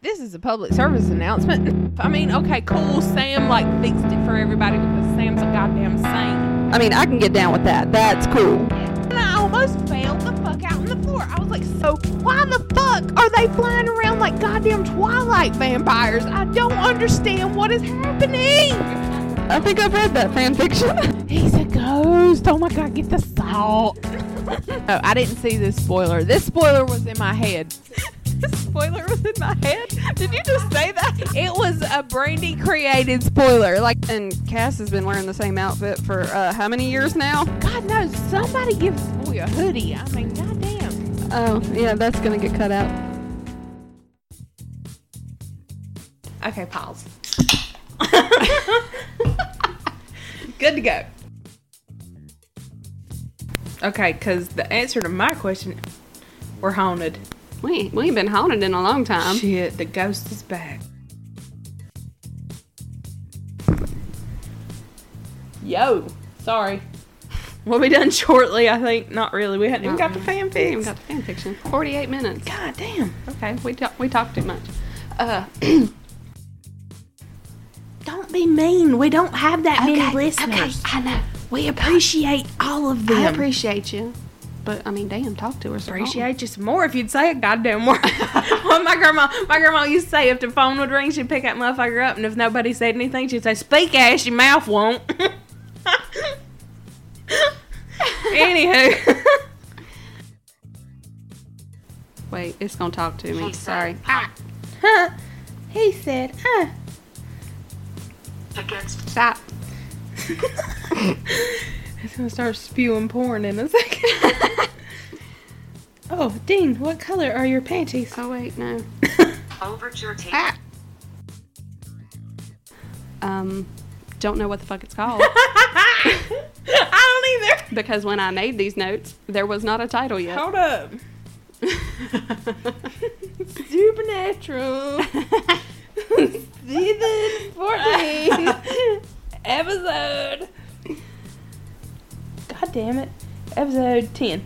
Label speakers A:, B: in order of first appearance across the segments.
A: this is a public service announcement. I mean, okay, cool. Sam like fixed it for everybody because Sam's a goddamn saint.
B: I mean, I can get down with that. That's cool.
A: And I almost fell the fuck out on the floor. I was like, so why the fuck are they flying around like goddamn Twilight vampires? I don't understand what is happening.
B: I think I've read that fan fiction.
A: He's a ghost. Oh my god, get the salt. oh, I didn't see this spoiler. This spoiler was in my head. spoiler was in my head. Did you just say that? It was a Brandy created spoiler. Like,
B: and Cass has been wearing the same outfit for uh, how many years now?
A: God knows, somebody give Spoy a hoodie. I mean, goddamn.
B: Oh, yeah, that's gonna get cut out.
A: Okay, pause. Good to go. Okay, because the answer to my question, we're haunted.
B: We we ain't been haunted in a long time.
A: Shit, the ghost is back. Yo, sorry. We'll be done shortly, I think. Not really. We hadn't even got the fan
B: We
A: fix.
B: got the fan fiction. Forty-eight minutes.
A: God damn.
B: Okay, we talk, we talked too much. Uh,
A: Don't be mean. We don't have that many
B: okay,
A: listeners.
B: I know.
A: We appreciate all of them.
B: I appreciate you, but I mean, damn, talk to us. or something.
A: appreciate you some more if you'd say a goddamn word. well, my grandma, my grandma used to say if the phone would ring, she'd pick that motherfucker up, and if nobody said anything, she'd say, "Speak, ass, your mouth won't." Anywho,
B: Wait, it's gonna talk to me. Sorry.
A: huh? He said, "Uh."
C: against
B: Stop.
A: It's gonna start spewing porn in a second. oh, Dean, what color are your panties? Ah.
B: Oh wait, no.
C: overture tape.
B: Um, don't know what the fuck it's called
A: I don't either.
B: because when I made these notes, there was not a title yet.
A: Hold up. Supernatural. Season 14. episode. God damn it. Episode 10.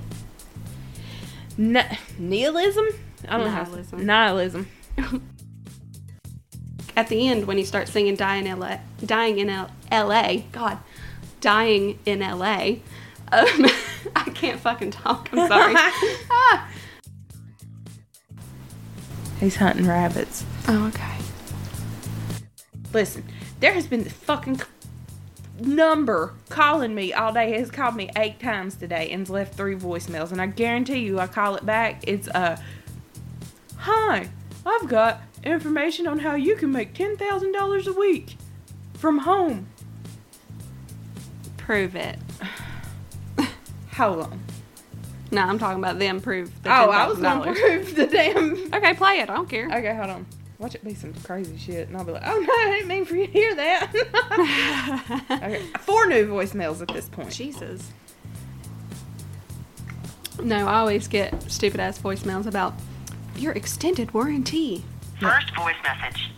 A: Ni- nihilism? I don't know. How-
B: Nihilism.
A: nihilism.
B: At the end, when he starts singing "Dying in L.A." Dying in L- L.A. God, dying in L.A. Um, I can't fucking talk. I'm sorry. Ah.
A: He's hunting rabbits.
B: Oh, okay.
A: Listen, there has been this fucking c- number calling me all day. It's called me eight times today and's left three voicemails. And I guarantee you, I call it back. It's uh, hi, I've got information on how you can make ten thousand dollars a week from home.
B: Prove it.
A: How long?
B: No, I'm talking about them. Prove. The
A: Oh, I was gonna
B: $10,000.
A: prove the damn.
B: Okay, play it. I don't care.
A: Okay, hold on. Watch it be some crazy shit, and I'll be like, oh no, I didn't mean for you to hear that. okay, four new voicemails at this point.
B: Jesus. No, I always get stupid ass voicemails about your extended warranty.
C: First voice message.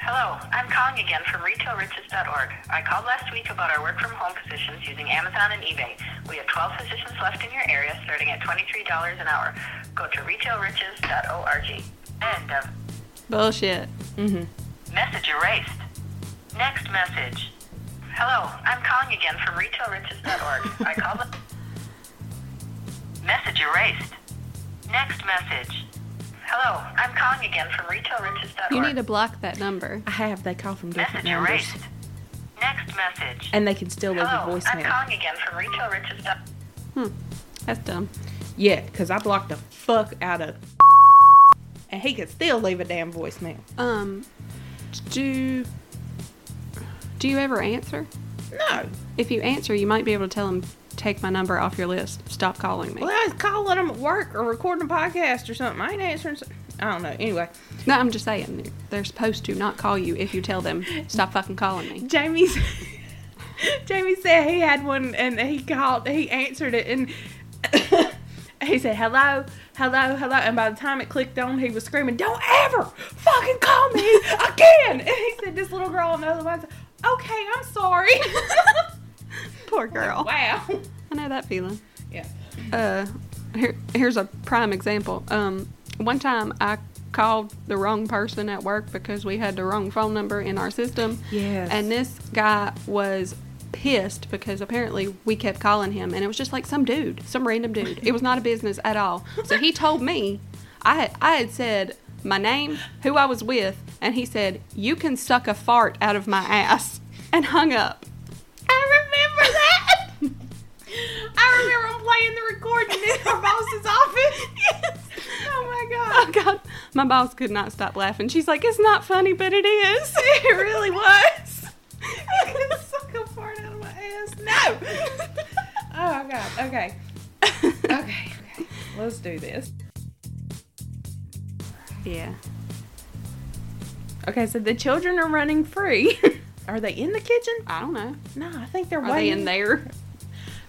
C: Hello, I'm calling again from retailriches.org. I called last week about our work from home positions using Amazon and eBay. We have 12 positions left in your area starting at $23 an hour. Go to retailriches.org. End of
B: Bullshit.
C: Message erased. Next message. Hello, I'm calling again from retailriches.org. I called. Message erased. Next message. Hello, I'm calling again from retailriches.org.
B: You need to block that number.
A: I have. They call from different
C: Message
A: numbers.
C: erased. Next message.
A: and they can still leave a
C: Hello, I'm
A: voicemail.
C: calling again from retailriches.org.
B: Hmm. That's dumb.
A: Yeah, because I blocked the fuck out of. And he could still leave a damn voicemail.
B: Um, do do you ever answer?
A: No.
B: If you answer, you might be able to tell them take my number off your list. Stop calling me.
A: Well, I was calling him at work or recording a podcast or something. I ain't answering. Some, I don't know. Anyway,
B: No, I'm just saying they're- they're supposed to not call you if you tell them stop fucking calling me.
A: Jamie's. Jamie said he had one and he called, he answered it and he said, hello, hello, hello. And by the time it clicked on, he was screaming, don't ever fucking call me again. And he said, this little girl on the other line said, okay, I'm sorry.
B: Poor girl.
A: wow.
B: I know that feeling.
A: Yeah.
B: uh, here, here's a prime example. Um, one time I called the wrong person at work because we had the wrong phone number in our system.
A: Yes.
B: And this guy was pissed because apparently we kept calling him and it was just like some dude, some random dude. It was not a business at all. So he told me, I I had said my name, who I was with, and he said, "You can suck a fart out of my ass," and hung up.
A: I remember that. I remember him playing the recording in our boss's office. Oh my god.
B: Oh God, my boss could not stop laughing. She's like, "It's not funny, but it is."
A: It really was. I could suck a fart out of my ass. No. Oh my god. Okay. Okay. Okay. Let's do this.
B: Yeah.
A: Okay, so the children are running free. Are they in the kitchen?
B: I don't know.
A: No, I think they're
B: Are they
A: waiting.
B: in there?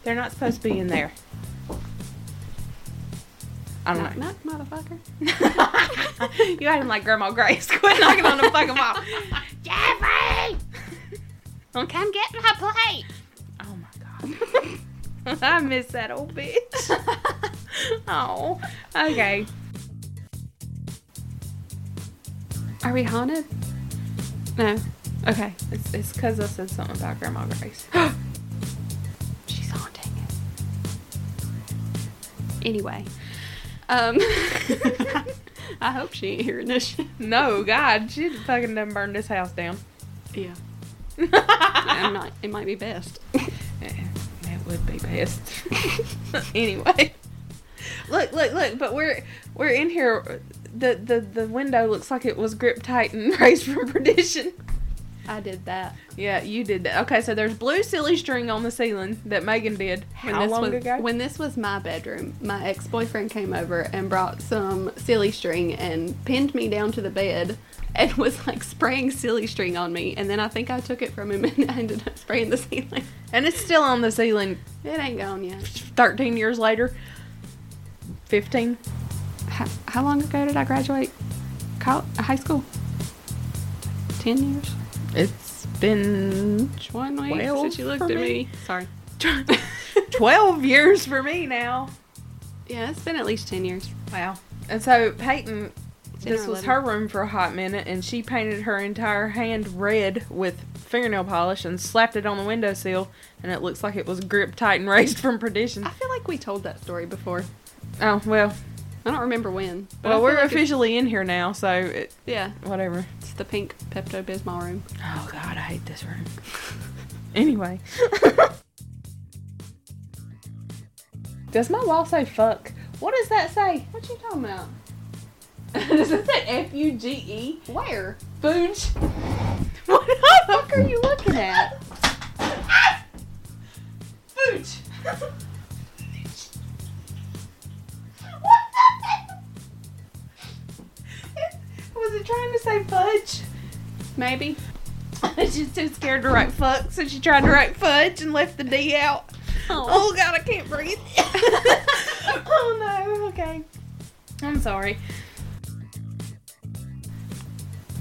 A: They're not supposed to be in there. I don't know.
B: Knock, knock, motherfucker.
A: you had him like Grandma Grace. Quit knocking on the fucking wall. Jeffrey!
B: Come get my plate.
A: Oh my god. I miss that old bitch. oh. Okay.
B: Are we haunted? No. Okay.
A: It's it's cause I said something about Grandma Grace.
B: She's haunting it. Anyway. Um I hope she ain't hearing this shit.
A: No, God, she fucking done burned this house down.
B: Yeah. I'm
A: it
B: not it might be best.
A: Eh, would be best. anyway. Look, look, look, but we're we're in here the, the the window looks like it was gripped tight and raised from perdition.
B: I did that.
A: Yeah, you did that. Okay, so there's blue silly string on the ceiling that Megan did.
B: when this was,
A: When
B: When this was my bedroom, my ex boyfriend came over and brought some silly string and pinned me down to the bed and was like spraying silly string on me. And then I think I took it from him and I ended up spraying the ceiling.
A: and it's still on the ceiling
B: It ain't gone yet.
A: 13 years later. 15.
B: How, how long ago did I graduate college, high school? 10 years?
A: It's been
B: One week
A: Twelve
B: since you looked
A: for
B: at me.
A: me.
B: Sorry.
A: 12 years for me now.
B: Yeah, it's been at least 10 years.
A: Wow. And so Peyton,
B: in
A: this
B: her
A: was her
B: letter.
A: room for a hot minute, and she painted her entire hand red with fingernail polish and slapped it on the windowsill, and it looks like it was gripped tight and raised from perdition.
B: I feel like we told that story before.
A: Oh, well.
B: I don't remember when. but I
A: Well,
B: feel
A: we're
B: like it's-
A: officially in here now, so it,
B: Yeah,
A: whatever.
B: it's the pink Pepto Bismol room.
A: Oh God, I hate this room. anyway, does my wall say fuck? What does that say?
B: What you talking about?
A: does it say F U G E?
B: Where?
A: Fooge. What the fuck are you looking at? Fooge. what the heck? Was it trying to say fudge?
B: Maybe.
A: She's too scared to write fuck, so she tried to write fudge and left the D out. Oh, god, I can't breathe. oh no, okay. I'm sorry.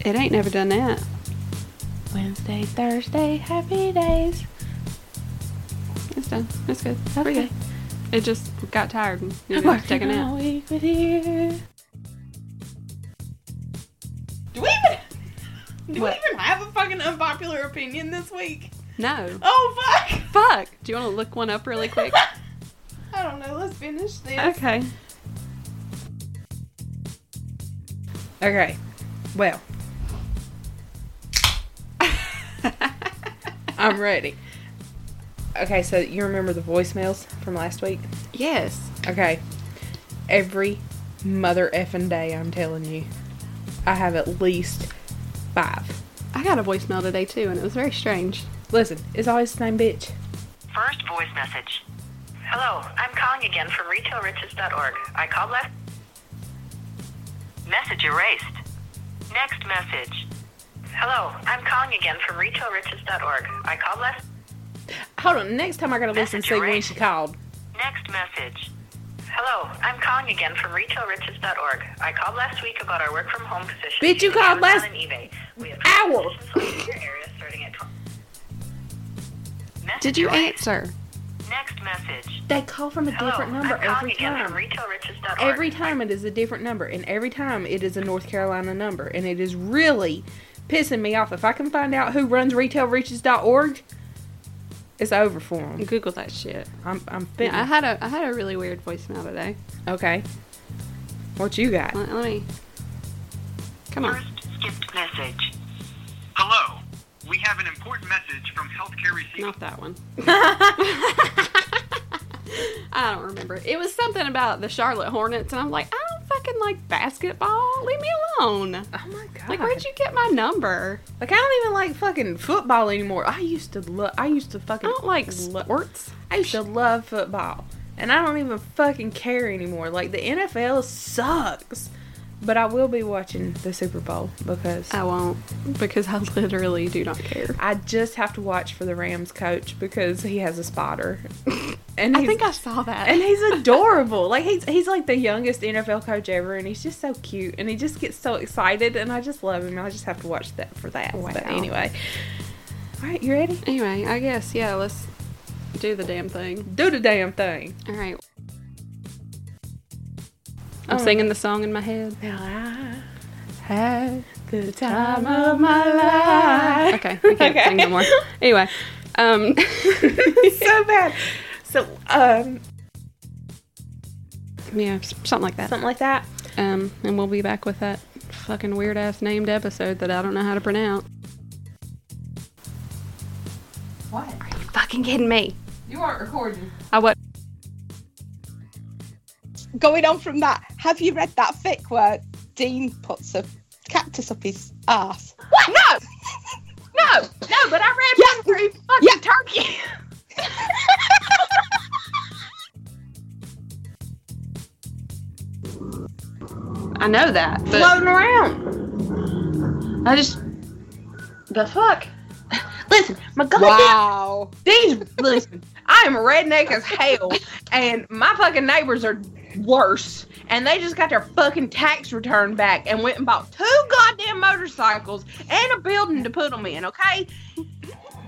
B: It ain't never done that.
A: Wednesday, Thursday, happy days.
B: It's done. It's good. It's
A: Okay.
B: pretty good. It just got tired and needed to take a
A: Working all
B: nap.
A: week with you. Do we even do
B: What?
A: we even have a fucking unpopular opinion this week?
B: No.
A: Oh fuck!
B: Fuck. Do you want to look one up really quick?
A: I don't know, let's finish this.
B: okay.
A: Okay. Well, I'm ready. Okay, so you remember the voicemails from last week?
B: yes.
A: Okay. Every mother effing day, I'm telling you, I have at least five.
B: I got a voicemail today too, and it was very strange.
A: Listen, it's always the same bitch.
C: First voice message. Hello, I'm calling again from retailriches.org. I called last. Message erased. Next message. Hello, I'm calling again from retailriches.org. I called last.
A: Hold on, next time I gotta listen to see when she called.
C: Next message. Hello, I'm calling again from retailriches.org. I called last week about our work from home position.
A: Bitch, you called last
C: and eBay. We have
A: hour.
C: positions left in your area starting at 12.
B: Did you
C: Message erased.
B: answer?
C: Next message.
D: They call from a
C: Hello,
D: different number
C: I'm calling
D: every
C: again
D: time.
C: from retailriches.org.
D: Every time it is a different number, and every time it is a North Carolina number, and it is really pissing me off. If I can find out who runs retailreaches.org, it's over for them.
B: Google that shit.
D: I'm, I'm finished.
B: Yeah, I had a I had a really weird voicemail today.
D: Okay. What you got?
B: Let, let me. Come on.
C: First skipped message.
E: Hello. We have an important message from healthcare receivers.
B: Not that one. I don't remember. It was something about the Charlotte Hornets, and I'm like, I don't fucking like basketball. Leave me alone.
D: Oh my god.
B: Like, where'd you get my number?
D: Like I don't even like fucking football anymore. I used to love. I used to
B: I
D: fucking.
B: don't like
D: lo-
B: sports.
D: I used to love football, and I don't even fucking care anymore. Like the NFL sucks, but I will be watching the Super Bowl because
B: I won't because I literally do not care.
D: I just have to watch for the Rams coach because he has a spotter, and
B: I
D: he's,
B: think I saw that.
D: and he's adorable. like he's he's like the youngest NFL coach ever, and he's just so cute, and he just gets so excited, and I just love him. I just have to watch that for that. But
B: Wow.
D: anyway, all right, you ready?
B: anyway, I guess yeah. Let's do the damn thing.
D: Do the damn thing.
B: All right. I'm
D: Oh.
B: singing the song in my head.
D: Now I had the time of
B: my life. Okay, I can't
D: Okay.
B: sing no more. Anyway, um,
D: so bad. So um
B: yeah, s- something like that.
D: something like that.
B: Um, and we'll be back with that fucking weird ass named episode that I don't know how to pronounce.
D: What?
B: You fucking kidding me?
D: You aren't recording.
B: I what?
F: going on from that, have you read that fic where Dean puts a cactus up his ass? What? No! no! No, but I read one through fucking turkey.
A: I know that, but
D: Floating around.
A: I just the fuck.
D: Listen, my goddamn
F: wow.
D: these listen, I am redneck as hell and my fucking neighbors are worse. And they just got their fucking tax return back and went and bought two goddamn motorcycles and a building to put them in, okay?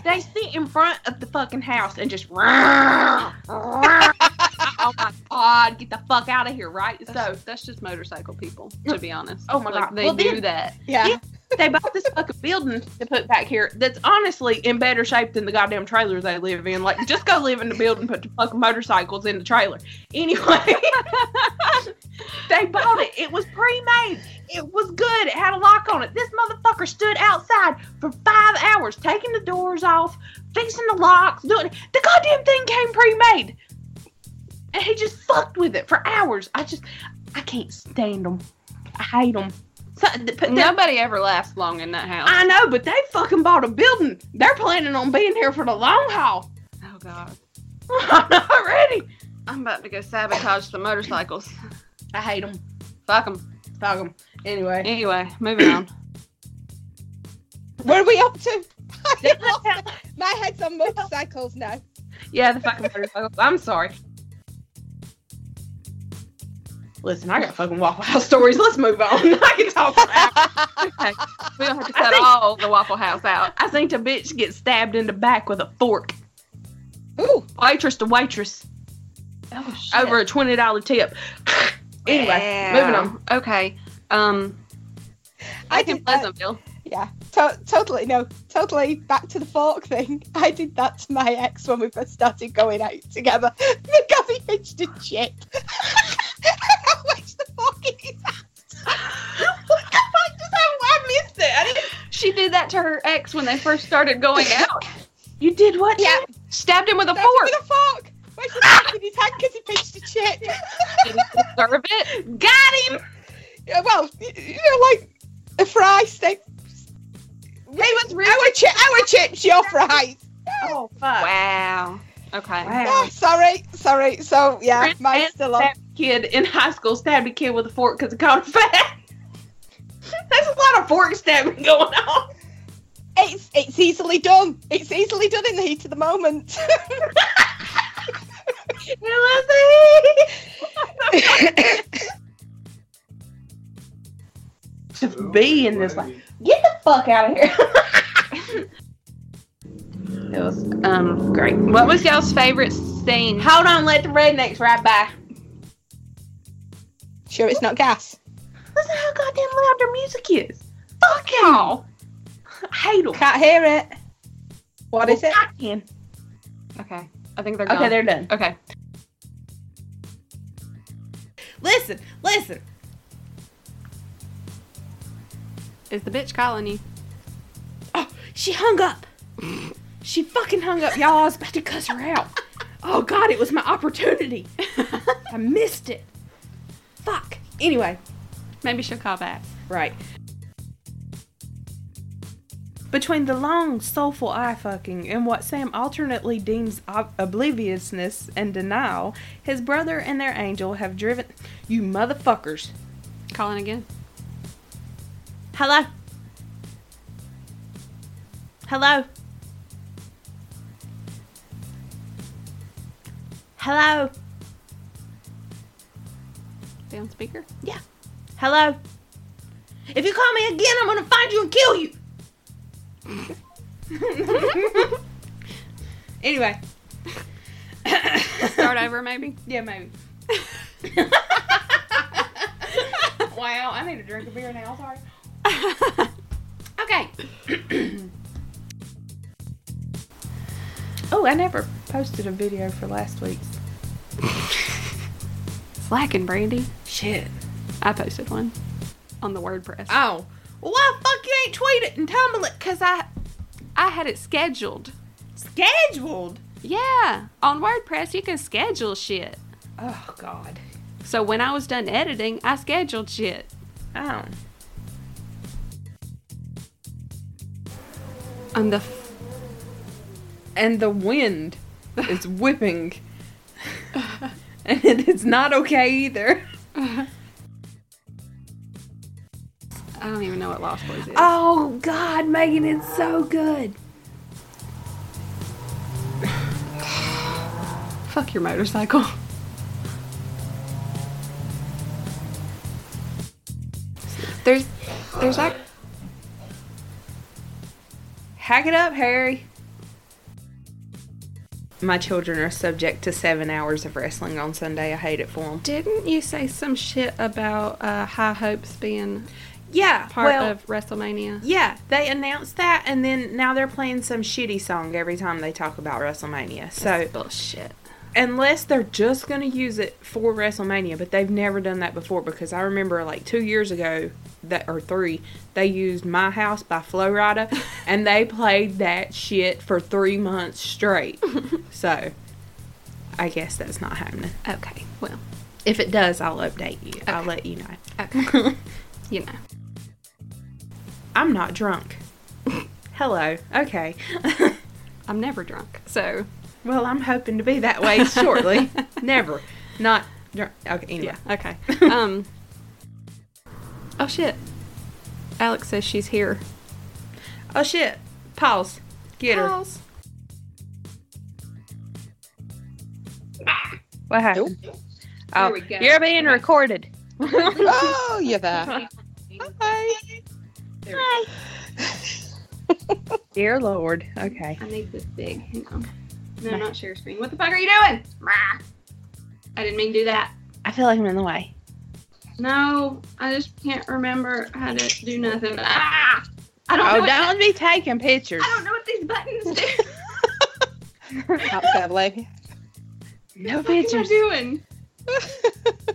D: They sit in front of the fucking house and just. oh my god, get the fuck out of here, right? So,
A: That's, that's just motorcycle people,
D: to
A: to be honest.
D: oh my god.
A: They
D: well,
A: do
D: then-
A: that.
F: Yeah.
D: they bought this fucking building to put back here that's honestly in better shape than the goddamn trailer they live in. Like, just go live in the building, put the fucking motorcycles in the trailer. Anyway, they bought it. It was pre made, it was good, it had a lock on it. This motherfucker stood outside for five hours, taking the doors off, fixing the locks, doing the goddamn thing came pre made. And he just fucked with it for hours. I just, I can't stand them. I hate them. So, but they're
A: Nobody ever lasts long in that house.
D: I know, but they fucking bought a building. They're planning on being here for the long haul.
A: oh god.
D: Already.
A: I'm about to go sabotage the motorcycles.
D: I hate them.
A: Fuck them.
D: Fuck them. Anyway.
A: Anyway, moving on.
F: What are we up to? My head's on motorcycles now.
D: yeah, the fucking motorcycles. I'm sorry. Listen, I got fucking Waffle House stories. Let's move on. I can talk for hours.
A: We don't have to
D: I
A: set
D: think-
A: all the Waffle House out.
D: I think the bitch gets stabbed in the back with a fork.
F: Ooh,
D: Waitress to waitress
A: Oh shit.
D: over a twenty dollar tip. anyway,
A: Yeah.
D: moving on.
A: Okay. Um
F: I
A: I can
F: did that.
A: Pleasantville.
F: yeah, to- totally. No, totally. Back to the fork thing. I did that to my ex when we first started going out together because he pinched a chip. I watched the fork in his
D: I missed it. I didn't
A: She did that to her ex when they first started going out.
D: You did what?
F: Yeah.
A: Stabbed him with a
F: That's
A: fork.
F: With a fork. Where's the fork in his hand because he pinched a chip?
A: Didn't deserve it.
D: Got him.
F: yeah, well, y- you know, like a fry steak. He was really our, chi- our chips, your fries.
D: Oh fuck.
A: Wow. Okay.
D: Wow.
F: Ah, sorry, sorry. So yeah,
D: Friend
F: mine's
D: and
F: still on.
D: stabbed a kid in high school stabbed a kid with a fork because he called him fat. There's a lot of fork stabbing going on.
F: It's it's easily done. It's easily done in the heat of the moment.
D: Just be in this like, get the fuck out of here. It was um great. What was y'all's favorite scene?
A: Hold on, let the rednecks ride by.
G: Sure, it's not gas.
A: Listen how goddamn loud their music is.
D: Fuck y'all.
A: I hate 'em.
G: Can't hear it. What is it?
A: I can.
B: Okay. I think they're gone.
A: Okay, they're done.
B: Okay.
A: Listen, listen.
B: Is the bitch calling you?
A: Oh, she hung up. She fucking hung up, y'all. I was about to cuss her out. Oh god, it was my opportunity. I missed it. Fuck. Anyway,
B: Maybe she'll call back.
A: right. Between the long, soulful eye fucking and what Sam alternately deems ob- obliviousness and denial, his brother and their angel have driven. You motherfuckers.
B: Calling again.
A: Hello. Hello. Hello.
B: They on speaker?
A: Yeah. Hello. If you call me again, I'm gonna find you and kill you. anyway.
B: Start over maybe?
A: Yeah, maybe. wow, I need a drink of beer now. Sorry. Okay. oh, I never posted a video for last week's.
B: Slacking, Brandy.
A: Shit.
B: I posted one on the WordPress. I,
A: Oh. Well, why the fuck you ain't tweet it and tumble it? Cause I
B: I had it scheduled.
A: scheduled.
B: Yeah, on WordPress you can schedule shit.
A: Oh God.
B: So when I was done editing, I scheduled shit.
A: Oh.
B: I'm the f-
A: And the wind is whipping. and it's not okay either.
B: I don't even know what Lost Boys is.
A: Oh God, Megan, it's so good.
B: Fuck your motorcycle. There's, there's that.
A: Hack it up, Harry. My children are subject to seven hours of wrestling on Sunday. I hate it for them.
B: Didn't you say some shit about uh, High Hopes being
A: Yeah,
B: part
A: well,
B: of WrestleMania?
A: yeah, they announced that, and then now they're playing some shitty song every time they talk about WrestleMania. So
B: Bullshit.
A: unless they're just gonna use it for WrestleMania, but they've never done that before because I remember like two years ago that or three, they used My House by Flo Rida and they played that shit for three months straight. so I guess that's not happening.
B: Okay. Well.
A: If it does, I'll update you. I'll let you
B: Okay.
A: know.
B: you know.
A: I'm not drunk. Hello. Okay.
B: I'm never drunk, so
A: well, I'm hoping to be that way shortly. never. Not drunk. Okay, anyway.
B: yeah. Okay. um. Oh shit. Alex says she's here.
A: Oh shit. Pause. Get her.
B: Pause.
A: What happened? Oh,
D: we go.
A: you're being recorded.
G: oh, you're there. Hi.
A: Dear Lord. Okay.
D: I need this big. Hang on. No, not share screen. What the fuck are you doing? Rah. I didn't mean to do that.
A: I feel like I'm in the way.
D: No, I just can't remember how to do nothing. Ah! I don't know.
A: Oh,
D: What,
A: don't be taking pictures.
D: I don't know what these buttons do.
G: Not gonna blame you.
A: No
D: what am I
A: pictures.
D: doing?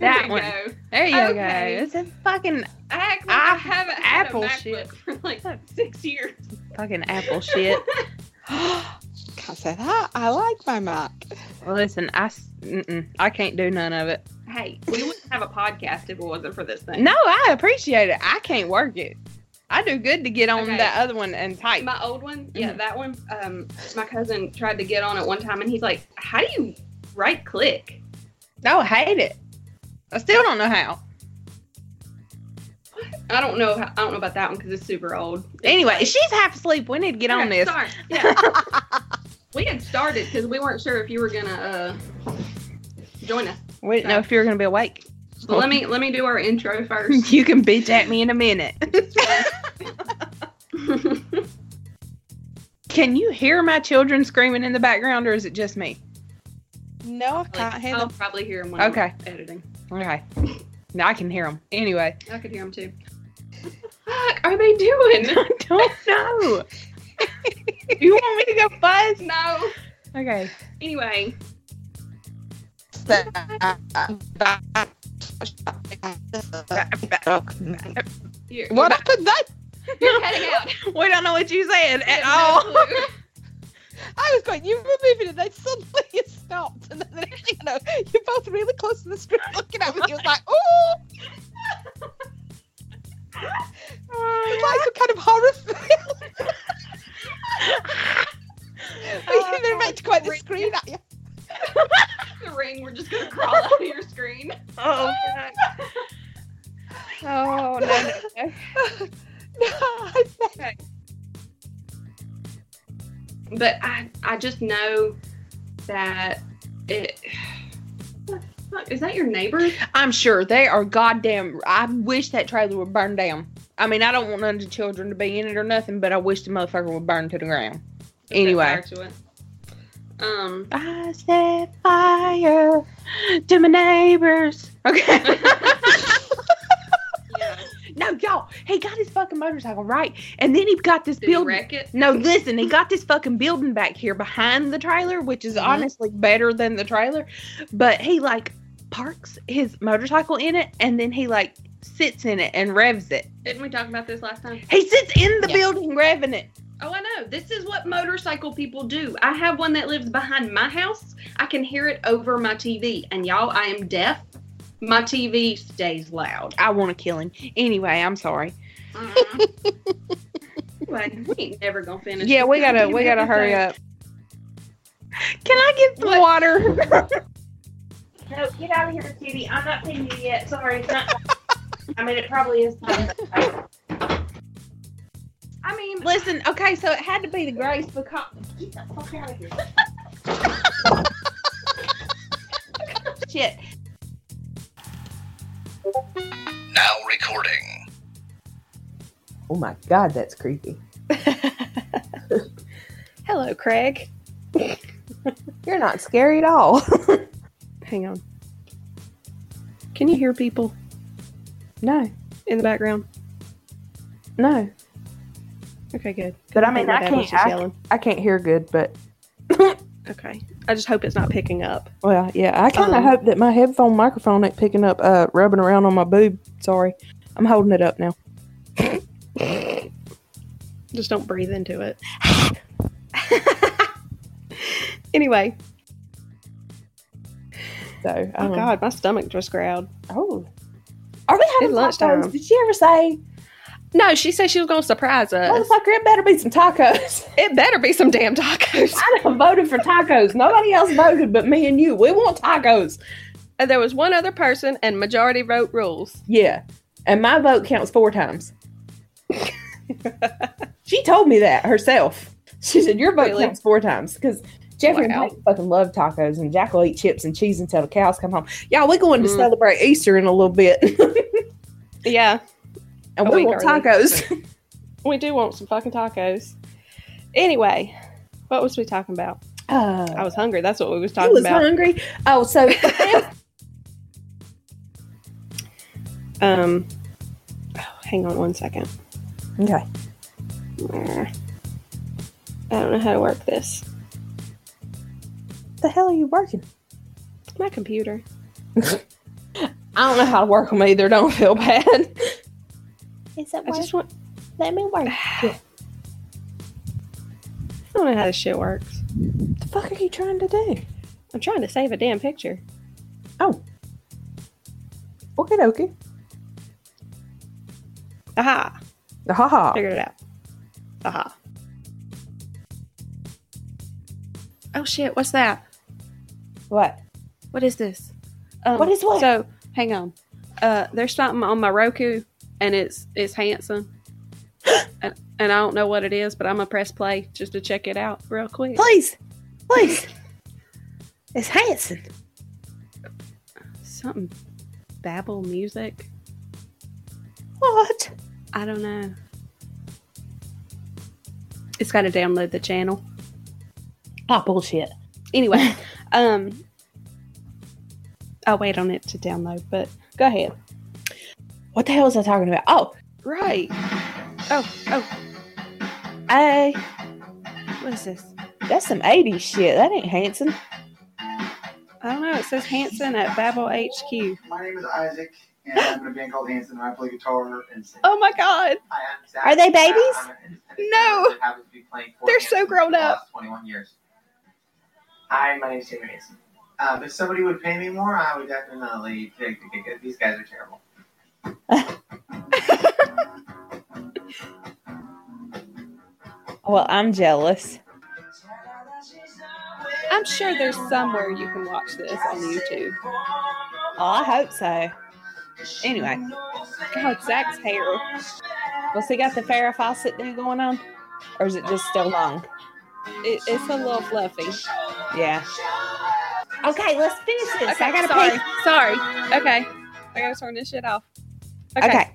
A: That
D: there
A: one.
D: We go.
A: There you
D: Okay.
A: go. It's a fucking
D: I, act like I
A: Apple-
D: haven't had
A: Ah, Apple
D: a MacBook
A: shit.
D: for like six years.
A: fucking apple shit.
G: Can't say that. I like my Mac.
A: Listen, I s- mm-mm, I can't do none of it.
D: hey, we wouldn't have a podcast if it wasn't for this thing.
A: No, I appreciate it. I can't work it. I do good to get on
D: Okay.
A: that other one and type.
D: My old one, yeah, that one. Um, my cousin tried to get on it one time, and he's like, "How do you right click?"
A: No, I hate it. I still don't know how.
D: I don't know. How, I don't know about that one because it's super old.
A: Anyway, she's half asleep. We need to get on
D: Yeah,
A: this.
D: Sorry. Yeah. we had started because we weren't sure if you were gonna uh, join us.
A: We didn't know if you were gonna be awake.
D: But let me let me do our intro first.
A: You can bitch at me in a minute.
D: Can you hear my children screaming in the background, or is it just me?
F: No, I can't
A: oh,
F: hear
B: I'll
F: them.
B: probably hear him when okay.
D: Okay.
B: I'm editing.
D: Okay. Now I can hear them. Anyway,
B: I could hear him too. What the fuck are they doing?
D: I don't know. you want me to go buzz?
B: no.
D: Okay.
B: Anyway, you're,
F: What happened then?
B: You're heading out.
D: We don't know what you
B: I
D: said at
B: have no
D: all.
B: clue.
F: I was going, you were moving, and then suddenly you stopped, and then the next thing you know, you're both really close to the screen looking at me. You was like, oh, it's like some kind of horror film.
D: Oh,
F: you didn't meant to quite the screen at you.
B: Oh, The ring. We're just gonna crawl out of your screen.
D: Oh, God. Oh, no, no, no.
F: No, I said,
B: But I, I just know that it. What the fuck? Is that your neighbor?
D: I'm sure they are goddamn. I wish that trailer would burn down. I mean, I don't want none of the children to be in it or nothing, but I wish the motherfucker would burn to the ground. Anyway.
B: Set fire to it. Um.
D: I set fire to my neighbors. Okay.
B: Yeah.
D: no, y'all, he got his fucking motorcycle right, and then he got this
B: Did he
D: building.
B: wreck it?
D: No, listen, he got this fucking building back here behind the trailer, which is
F: Mhm.
D: honestly better than the trailer. But he like parks his motorcycle in it, and then he like sits in it and revs it.
B: Didn't we talk about this last time?
D: He sits in the
F: Yeah.
D: building revving it.
B: Oh, I know. This is what motorcycle people do. I have one that lives behind my house. I can hear it over my TV. And y'all, I am deaf. My TV stays loud.
D: I want to kill him. Anyway, I'm sorry.
B: Like, we ain't never gonna finish.
D: Yeah,
B: this
D: we gotta
B: goddamn
D: we gotta hurry
B: episode.
D: up. Can I get some
B: What?
D: water?
H: No, get out of here, Kitty. I'm not paying you yet. Sorry, it's not. I mean, it probably is time.
B: I mean,
D: Listen, okay, so it had to be the grace because
H: Get the fuck out of here.
D: shit.
I: Now recording.
J: Oh my god, that's creepy.
D: Hello, Craig.
J: You're not scary at all.
A: Hang on. Can you hear people? No. In the background? No. Okay, good.
J: But I mean,
A: think my
J: I
A: dad was
J: can't.
A: just
J: I,
A: yelling.
J: I can't hear good. But
A: Okay. I just hope it's not picking up.
J: well, yeah, I kind of
A: Um.
J: hope that my headphone microphone ain't picking up, uh, rubbing around on my boob. Sorry, I'm holding it up now.
A: Just don't breathe into it. anyway.
J: So,
A: Oh,
J: um,
A: God. My stomach just growled.
J: oh, are we having
A: It's lunchtime.
J: tacos? Did she ever say,
A: No, she said she was going to surprise us.
J: "Motherfucker, it better be some tacos"?
A: It better be some damn tacos.
J: I done voted for tacos. Nobody else voted but me and you. We want tacos.
D: Uh,
A: And there was one other person, and majority vote rules.
J: Yeah, and my vote counts four times. she told me that herself. She said your vote
A: Really?
J: counts four times because Jeffrey
A: Wow.
J: and Mike fucking love tacos, and Jack will eat chips and cheese until the cows come home. Y'all, we're going to
A: Mm.
J: celebrate Easter in a little bit,
A: Yeah,
J: and
A: A
J: we
A: week
J: want
A: early.
J: tacos.
A: we do want some fucking tacos. Anyway, what was we talking about?
J: Uh,
A: I
J: I was
A: was hungry. That's what we was
J: talking
A: talking about.
J: hungry. Oh, so
A: Um, oh, hang on one second.
J: okay.
A: I don't know how to work this.
J: The hell are you working?
A: My computer.
J: I don't know how to work them either. Don't feel bad.
F: Is that
A: I just want.
F: Let me work.
A: I don't know how this shit works.
J: What the fuck are you trying to do?
A: I'm trying to save a damn picture.
J: Oh. Okay, okay.
A: Aha!
J: Ha ha.
A: Figured it out. Aha. Oh shit! What's that?
J: What?
A: What is this? Um,
J: What is what?
A: So hang on. Uh, there's something on my Roku, and it's it's handsome, and, and I don't know what it is, but I'm gonna press play just to check it out real quick.
J: Please, please. it's Hanson.
A: Something babble music.
J: What?
A: I don't know.
B: It's got to download the channel.
A: Oh, bullshit.
B: Anyway, um, I'll wait on it to download, but go ahead.
A: What the hell was I talking about? Oh,
B: Right. Oh, oh,
A: I.
B: what is this?
A: That's some 80s shit. That ain't Hanson.
B: I don't know. It says Hanson at Babel HQ.
J: My name is Isaac, and I'm in a band called Hanson, and I play guitar and sing.
B: Oh my God.
J: I am Zach.
A: Are they babies?
J: I'm an independent
B: No.
J: singer that happens to be playing for
B: They're so
J: Hanson
B: grown
J: for the
B: up.
J: last 21 years. Hi, my name's Taylor Hanson. Um, if somebody would pay me more, I would definitely take the gig. These guys are terrible.
A: Well, I'm jealous.
B: I'm sure there's somewhere you can watch this on YouTube.
A: Oh, I hope so. Anyway,
B: God, Zach's hair.
A: what's he got the Farrah Fawcett thing going on? Or is it just still long?
B: It, it's a little fluffy.
A: Yeah. Okay, let's finish this.
B: Okay,
A: I gotta
B: sorry.
A: pay.
B: Sorry. Okay. I gotta turn this shit off.
A: Okay.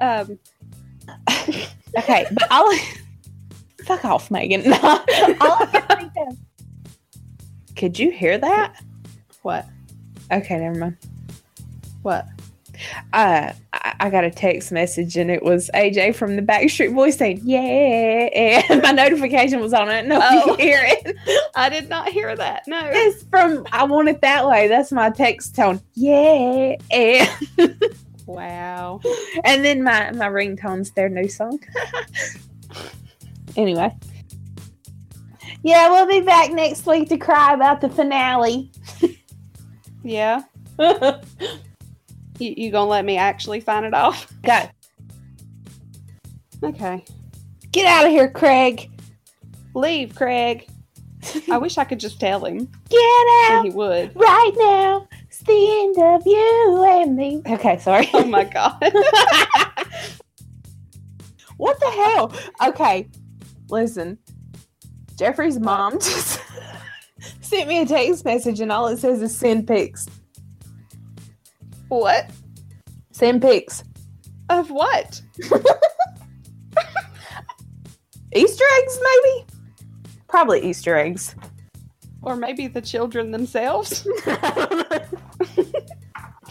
B: Um,
A: Okay, but all fuck off, Megan. all I can think of- Could you hear that?
B: what?
A: Okay, never mind.
B: What?
A: Uh, I, I got a text message and it was AJ from the Backstreet Boys saying, "Yeah," and my notification was on. I didn't know if
B: Oh.
A: you could hear it.
B: I did not hear that. No.
A: It's from "I Want It That Way." That's my text tone. Yeah, and
B: Wow.
A: then my my ringtone's their new song. anyway, yeah, we'll be back next week to cry about the finale.
B: Yeah. You, you gonna let me actually sign it off?
A: Go.
B: Okay.
A: Get out of here, Craig.
B: Leave, Craig. I wish I could just tell him,
A: Get
B: and
A: out
B: he would.
A: right now. It's the end of you and me. Okay, sorry.
B: Oh my god.
A: what the hell? Okay, listen. Jeffrey's mom just sent me a text message, and all it says is send pics.
B: what?
A: Send pics.
B: Of what?
A: Easter eggs, maybe? Probably Easter eggs.
B: Or maybe the children themselves?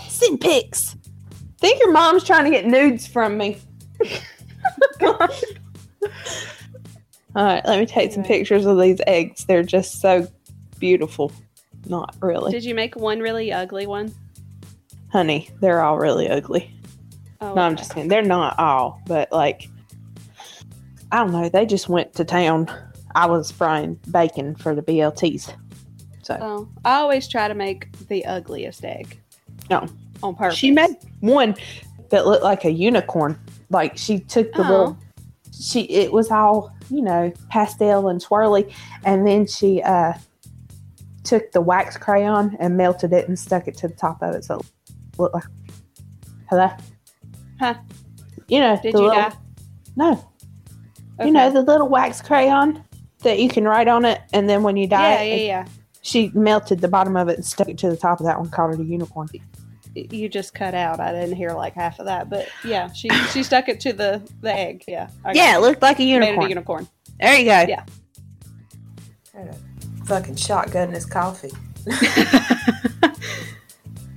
A: send pics. Think your mom's trying to get nudes from me. All right, let me take some
B: Anyway.
A: pictures of these eggs. They're just so beautiful. Not really.
B: Did you make one really ugly one?
A: Honey, they're all really ugly.
B: Oh,
A: No, I'm
B: okay.
A: just saying they're not all, but like I don't know, they just went to town. I was frying bacon for the BLTs. So
B: Oh, I always try to make the ugliest egg.
A: No.
B: On purpose.
A: she made one that looked like a unicorn. Like she took the
B: Oh.
A: little she it was all, you know, pastel and swirly and then she uh took the wax crayon and melted it and stuck it to the top of it so it looked like Hello?
B: Huh.
A: You know,
B: Did
A: the
B: you
A: little-
B: die?
A: No.
B: Okay.
A: You know the little wax crayon that you can write on it, and then when you die,
B: yeah, yeah,
A: it-
B: yeah.
A: she melted the bottom of it and stuck it to the top of that one, called it a unicorn.
B: You just cut out. I didn't hear like half of that, but yeah, she she stuck it to the the egg. Yeah. I got
A: Yeah, it looked like a
B: it. Made it
A: unicorn.
B: a unicorn.
A: There you go.
B: Yeah.
D: Fucking shotgun this coffee. I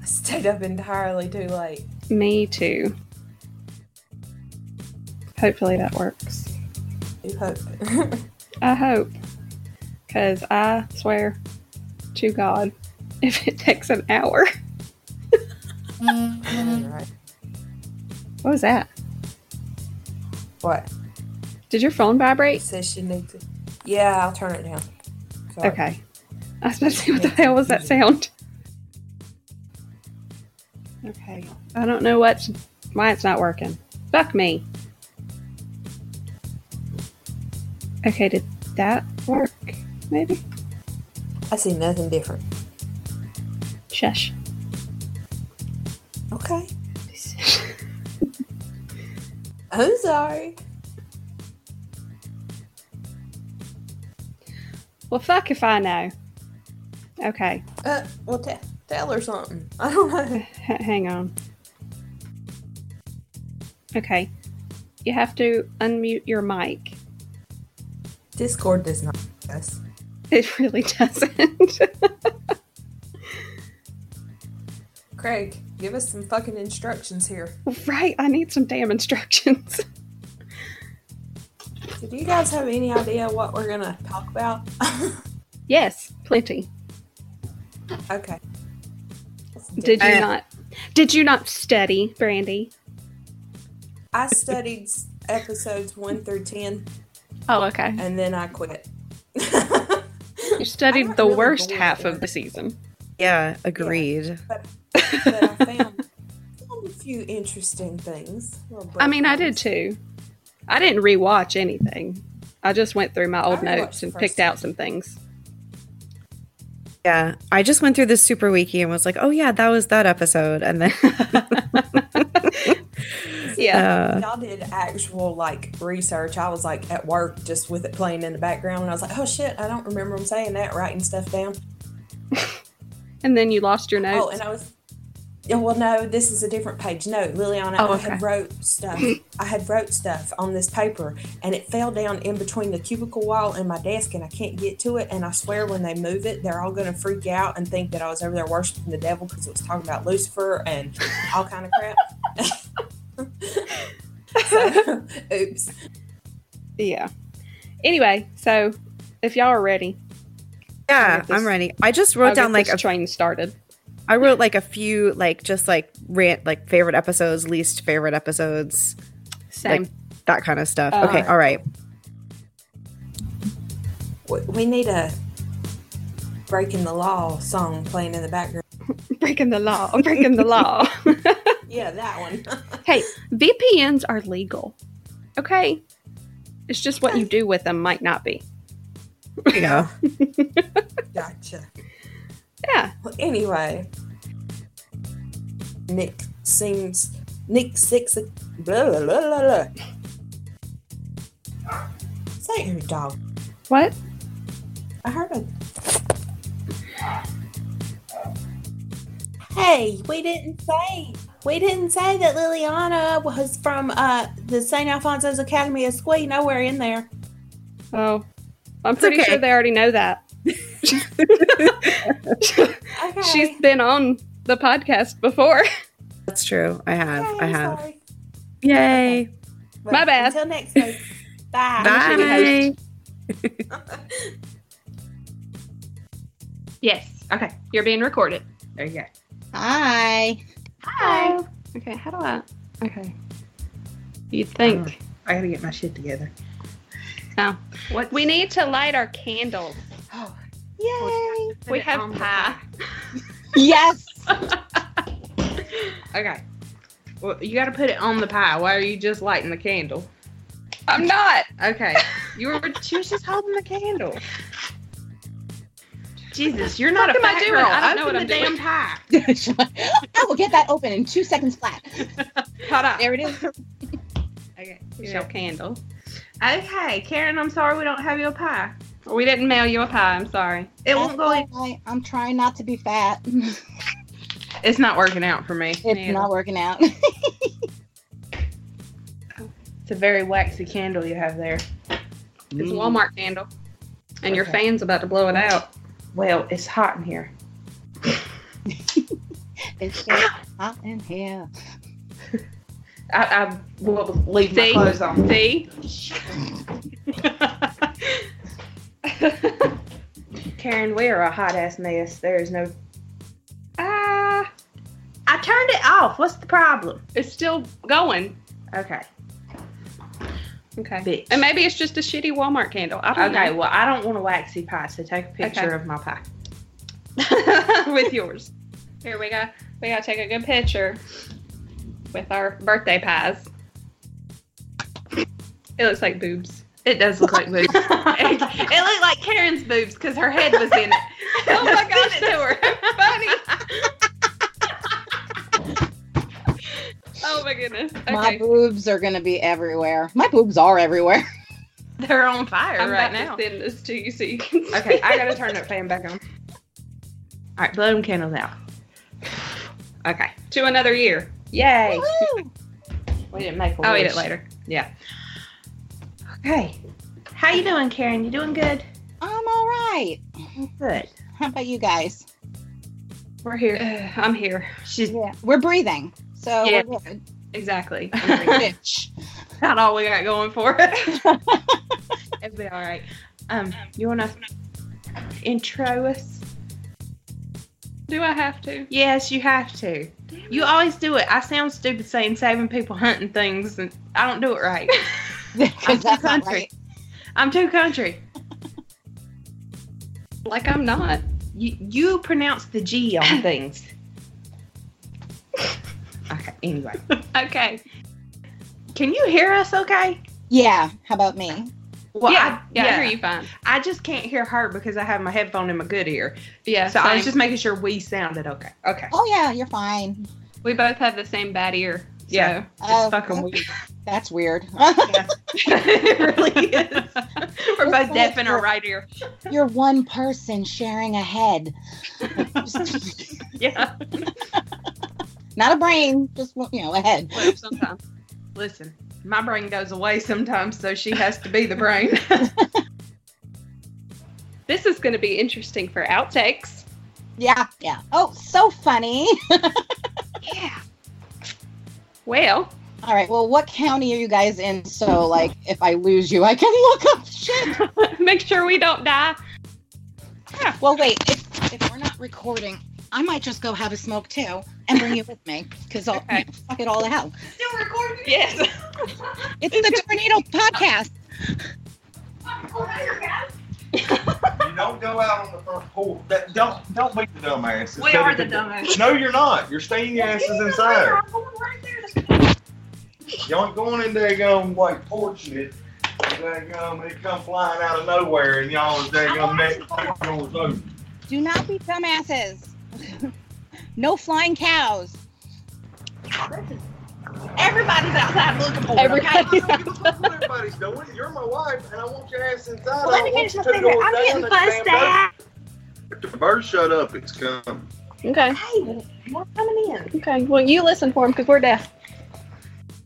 D: stayed up entirely too late.
B: Me too. Hopefully that works.
D: You hope.
B: I hope. Because I swear to God, if it takes an hour.
D: right.
B: What was that?
D: What?
B: Did your phone
D: It
B: vibrate?
D: says she needs it. Yeah, I'll turn it down. Sorry.
B: Okay. I was about to say, what the hell was that sound? Okay. I don't know what's why it's not working. Fuck me. Okay, did that work? Maybe?
D: I see nothing different.
B: Shush.
D: Okay. I'm sorry.
B: well, fuck if I know. Okay.
D: Uh, well, t- tell her something. I don't know.
B: H- hang on. Okay. You have to unmute your mic.
J: Discord does not like us.
B: It really doesn't.
J: Craig, give us some fucking instructions here.
B: right, I need some damn instructions.
J: So do you guys have any idea what we're gonna talk about?
B: yes, plenty.
J: Okay.
B: Did you
J: Uh,
B: not? Did you not study, Brandy?
J: I studied s- episodes one through ten,
B: Oh, okay.
J: and then I quit.
B: You studied the worst half of the season.
K: Yeah, agreed.
J: A few interesting things. Little
B: I mean, I did too. I didn't rewatch anything. I just went through my old
J: rewatched
B: notes
J: the
B: and
J: first
B: picked out some things.
K: Yeah, I just went through this super wiki and was like, oh yeah, that was that episode, and then
J: Yeah.
K: Uh,
J: Y'all did actual like research. I was like at work just with it playing in the background and I was like, oh shit, I don't remember them saying that, writing stuff down.
B: And then you lost your notes.
J: Oh, and I was yeah, well no, this is a different page. No, Liliana,
B: Oh,
J: I
B: okay.
J: had wrote stuff. I had wrote stuff on this paper and it fell down in between the cubicle wall and my desk and I can't get to it and I swear when they move it, they're all gonna freak out and think that I was over there worshiping the devil because it was talking about Lucifer and all kind of crap. Oops.
B: Yeah. Anyway, so if y'all are ready,
K: yeah, I'm ready. I just wrote
B: I'll
K: down
B: get
K: like
B: this
K: a
B: train started.
K: I wrote like a few like just like rant like favorite episodes, least favorite episodes,
J: Same.
K: like, that kind of stuff.
J: Oh,
K: okay,
J: alright.
K: all right.
J: We- We need a breaking the law song playing in the background.
B: breaking the law, I'm breaking the law.
J: Yeah, that one.
B: hey, VPNs are legal. Okay. It's just what you do with them might not be.
K: You know.
J: Gotcha.
B: Yeah.
J: Well, anyway, Nick seems Nick six. Blah, blah, blah, blah, blah. Is that your dog?
B: What?
J: I heard a. Hey, we didn't say we didn't say that Liliana was from uh, the St. Alfonso's Academy of Squee. Nowhere in there.
B: Oh. I'm pretty
J: okay.
B: sure they already know that. She's been on the podcast before.
K: That's true. I have. I have. Yay.
B: My bad.
J: Until next time. Bye.
K: Bye.
D: Yes. Okay. You're being recorded. There you go.
G: Hi.
B: Hi. Okay, how do I? Okay. You'd think.
G: I gotta get my shit together.
B: No. What? We need to light our candles.
G: Yay!
B: We have pie.
G: Yes.
D: Okay. Well, you got to put it on the pie. Why are you just lighting the candle?
B: I'm not.
D: Okay. You were. she was just holding the candle. Jesus, you're not
G: What
D: a
G: am I
D: fat
G: doing?
D: girl.
G: I don't know
D: Open
G: what I'm
D: the
G: doing.
D: damn pie.
G: I will get that open in two seconds flat.
D: Hold on.
G: There it is.
D: Okay.
B: Here's your candle.
D: Okay, Karen. I'm sorry we don't have your pie.
B: We didn't mail you a pie. I'm sorry.
D: It won't go in.
G: I, I'm trying not to be fat. It's
D: It's not working out for me.
G: not working out.
D: It's a very waxy candle you have there.
B: It's a Walmart candle. And your
D: Mm. Okay.
B: fan's about to blow it out.
D: Well, it's hot in here.
G: It's just hot in here.
D: I, I will leave
B: See?
D: my clothes on.
B: See?
D: Karen, we are a hot ass mess. There is no. Ah, I turned it off. What's the problem?
B: It's still going.
D: Okay.
B: Okay.
D: Bitch.
B: And maybe it's just a shitty Walmart candle. I don't
D: okay.
B: know.
D: Well, I don't want a waxy pie, so take a picture
B: Okay.
D: of my pie.
B: with yours. Here we go. We gotta take a good picture with our birthday pies. It looks like boobs.
D: It does look like boobs. it, it looked like Karen's boobs because her head was in it.
B: Oh my
D: Send
B: gosh,
D: it
B: they
D: to
B: were funny. oh my goodness. Okay.
G: My boobs are gonna be everywhere. My boobs are everywhere.
D: They're on fire
B: I'm
D: right
B: about
D: now.
B: to send this to you so you can. see.
D: Okay, I gotta turn that fan back on. All right, blow them candles out. Okay.
B: to another year.
D: Yay. We didn't make a
B: I'll eat
D: wish.
B: it later.
D: Yeah. Okay.
A: How you doing, Karen? You doing good?
F: I'm all right.
A: Good.
F: How about you guys?
D: We're here. I'm here.
F: She's yeah. We're breathing, so
D: Yeah.
F: we're good.
D: Exactly.
F: Bitch.
D: Not all we got going for it.
A: It'll be all right. Um, you wanna intro us?
D: Do I have to?
A: Yes, you have to. You always do it. I sound stupid saying saving people hunting things, and I don't do it right. I'm too
D: that's not
A: country.
D: right.
A: I'm too country.
D: like I'm not.
A: You you pronounce the G on things. okay. Anyway.
D: okay.
A: Can you hear us? Okay.
F: Yeah. How about me?
A: Well,
D: yeah,
A: I,
D: yeah, I hear you fine.
A: I just can't hear her because I have my headphone in my good ear.
D: Yeah,
A: So I was
D: same.
A: just making sure we sounded okay. Okay.
F: Oh yeah, you're fine.
D: We both have the same bad ear.
A: Yeah.
F: So.
A: It's
F: Oh,
A: fucking weird.
F: That's weird.
A: it really is. We're both deaf in our right ear.
F: you're one person sharing a head,
A: Yeah.
F: not a brain, just you know a head.
D: sometimes.
A: Listen, my brain goes away sometimes, so she has to be the brain.
D: This is going to be interesting for outtakes.
F: Yeah, yeah. Oh, so funny.
D: Well,
F: All right. Well, what county are you guys in? So, like, if I lose you, I can look up shit.
D: Make sure we don't die.
F: Well, wait. If, if we're not recording, I might just go have a smoke too and bring you with me because I'll you know, fuck it all to hell.
D: Still recording? Yes.
F: It's the Tornado Podcast.
L: You don't go out on the front porch. That- Don't don't be the dumbass.
D: We are the
L: dumbass.
D: dumbass.
L: No, you're not. You're staying your asses inside. You ain't going in there going like fortunate. Daggum, it come flying out of nowhere and y'all was daggum neck doors open.
F: Do not be dumbasses. no flying cows. Everybody's outside looking for
L: Everybody's Everybody's doing it. You're my wife and I want your ass inside.
F: Well,
L: I
F: let me
L: don't want
F: finish
L: you
F: my
L: to
F: finger.
L: go
F: I'm
L: down
F: getting
L: the damn
F: fussed
L: boat.
F: at.
L: If The bird shut up, it's come.
B: Okay.
F: Hey,
B: we're coming in. Okay. Well, you listen for him because we're deaf.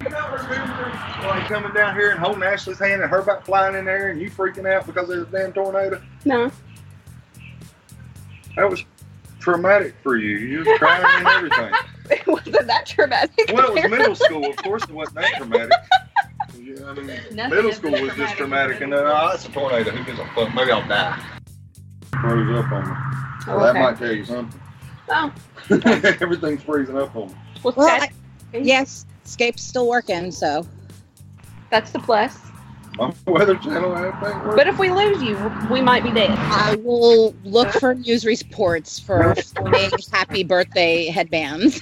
L: Like coming down here and holding Ashley's hand and her about flying in there and you freaking out because of the damn tornado.
B: No.
L: That was traumatic for you. You was crying and everything.
B: It wasn't that traumatic.
L: Well, it was middle school. Of course, it wasn't that traumatic. Yeah, I mean, middle
B: is
L: school was just traumatic, and then oh, that's a tornado. Who gives a fuck? Maybe I'll die. Froze up on me.
B: Oh,
L: Well, that
B: okay.
L: might tell you something.
B: Oh.
L: Everything's freezing up on me.
F: Well, I- yes, Skype's still working, so.
B: That's the plus.
L: My weather channel app ain't working.
B: But if we lose you, we might be dead.
F: I will look for news reports for flying happy birthday headbands.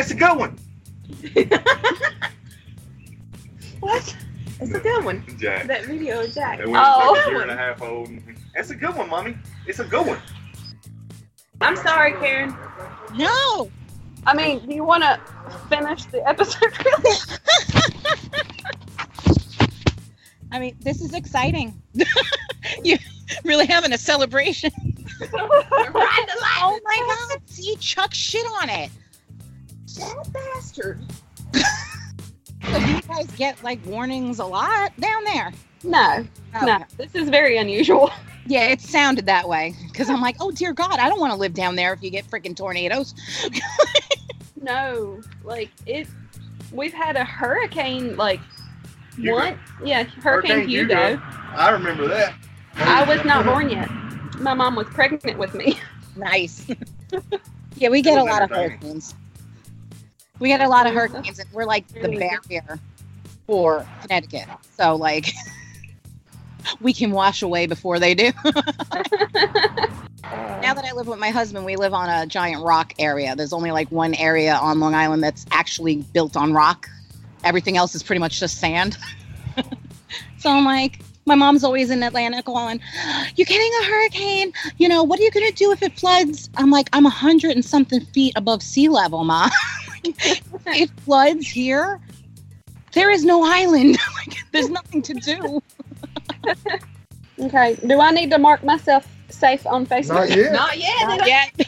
L: It's a good one.
A: what? It's a good one.
L: Jack.
A: That video is Jack.
L: And we was like a year and a half old. It's a good one, mommy. It's a good one.
A: I'm sorry, Karen.
F: No.
B: I mean, do you want to finish the episode? Really?
F: I mean, this is exciting. You're really having a celebration. oh my god, see, Chuck shit on it. That bastard. so you guys get like warnings a lot down there.
B: No.
D: Oh.
B: No. This is very unusual.
F: Yeah, it sounded that way because I'm like, oh dear God, I don't want to live down there if you get freaking tornadoes.
B: No. Like it. We've had a hurricane like
L: Hugo.
B: once. Yeah, Hurricane, Hugo.
L: I remember that.
B: I was not born yet. My mom was pregnant with me.
F: Nice. yeah, we get a
B: Those
F: lot of
B: entertaining.
F: hurricanes. We get a lot of hurricanes, and we're like the barrier for Connecticut. So like, we can wash away before they do. now that I live with my husband, we live on a giant rock area. There's only like one area on Long Island that's actually built on rock. Everything else is pretty much just sand. so I'm like, my mom's always in Atlanta going, You're getting a hurricane. You know, what are you going to do if it floods? I'm like, I'm a 100 and something feet above sea level, Ma. it floods here. There is no island. Like, There's nothing to do.
B: Okay. Do I need to mark myself safe on Facebook?
F: Not yet.
B: Not yet.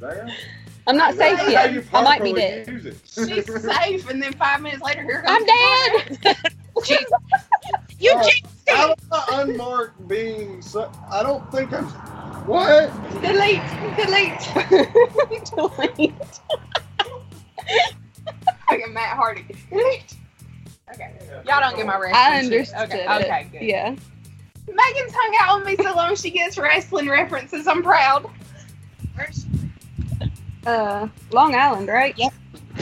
F: Not yet.
B: I'm not safe
L: That's how you
B: yet. I might be
L: properly
B: dead.
L: use it.
M: She's safe, and then five minutes later, here comes
B: I'm dead.
M: you
L: Uh, How did the unmarked being? So, I don't think I'm. What?
M: Delete, delete.
L: delete.
M: Fucking Matt Hardy. Delete. Okay. Y'all don't get my reference.
B: I understood.
M: Okay.
B: it.
M: Okay. Good.
B: Yeah.
M: Megan's hung out with me so long she gets wrestling references. I'm proud. Where's
B: Uh, Long Island, right?
F: Yep.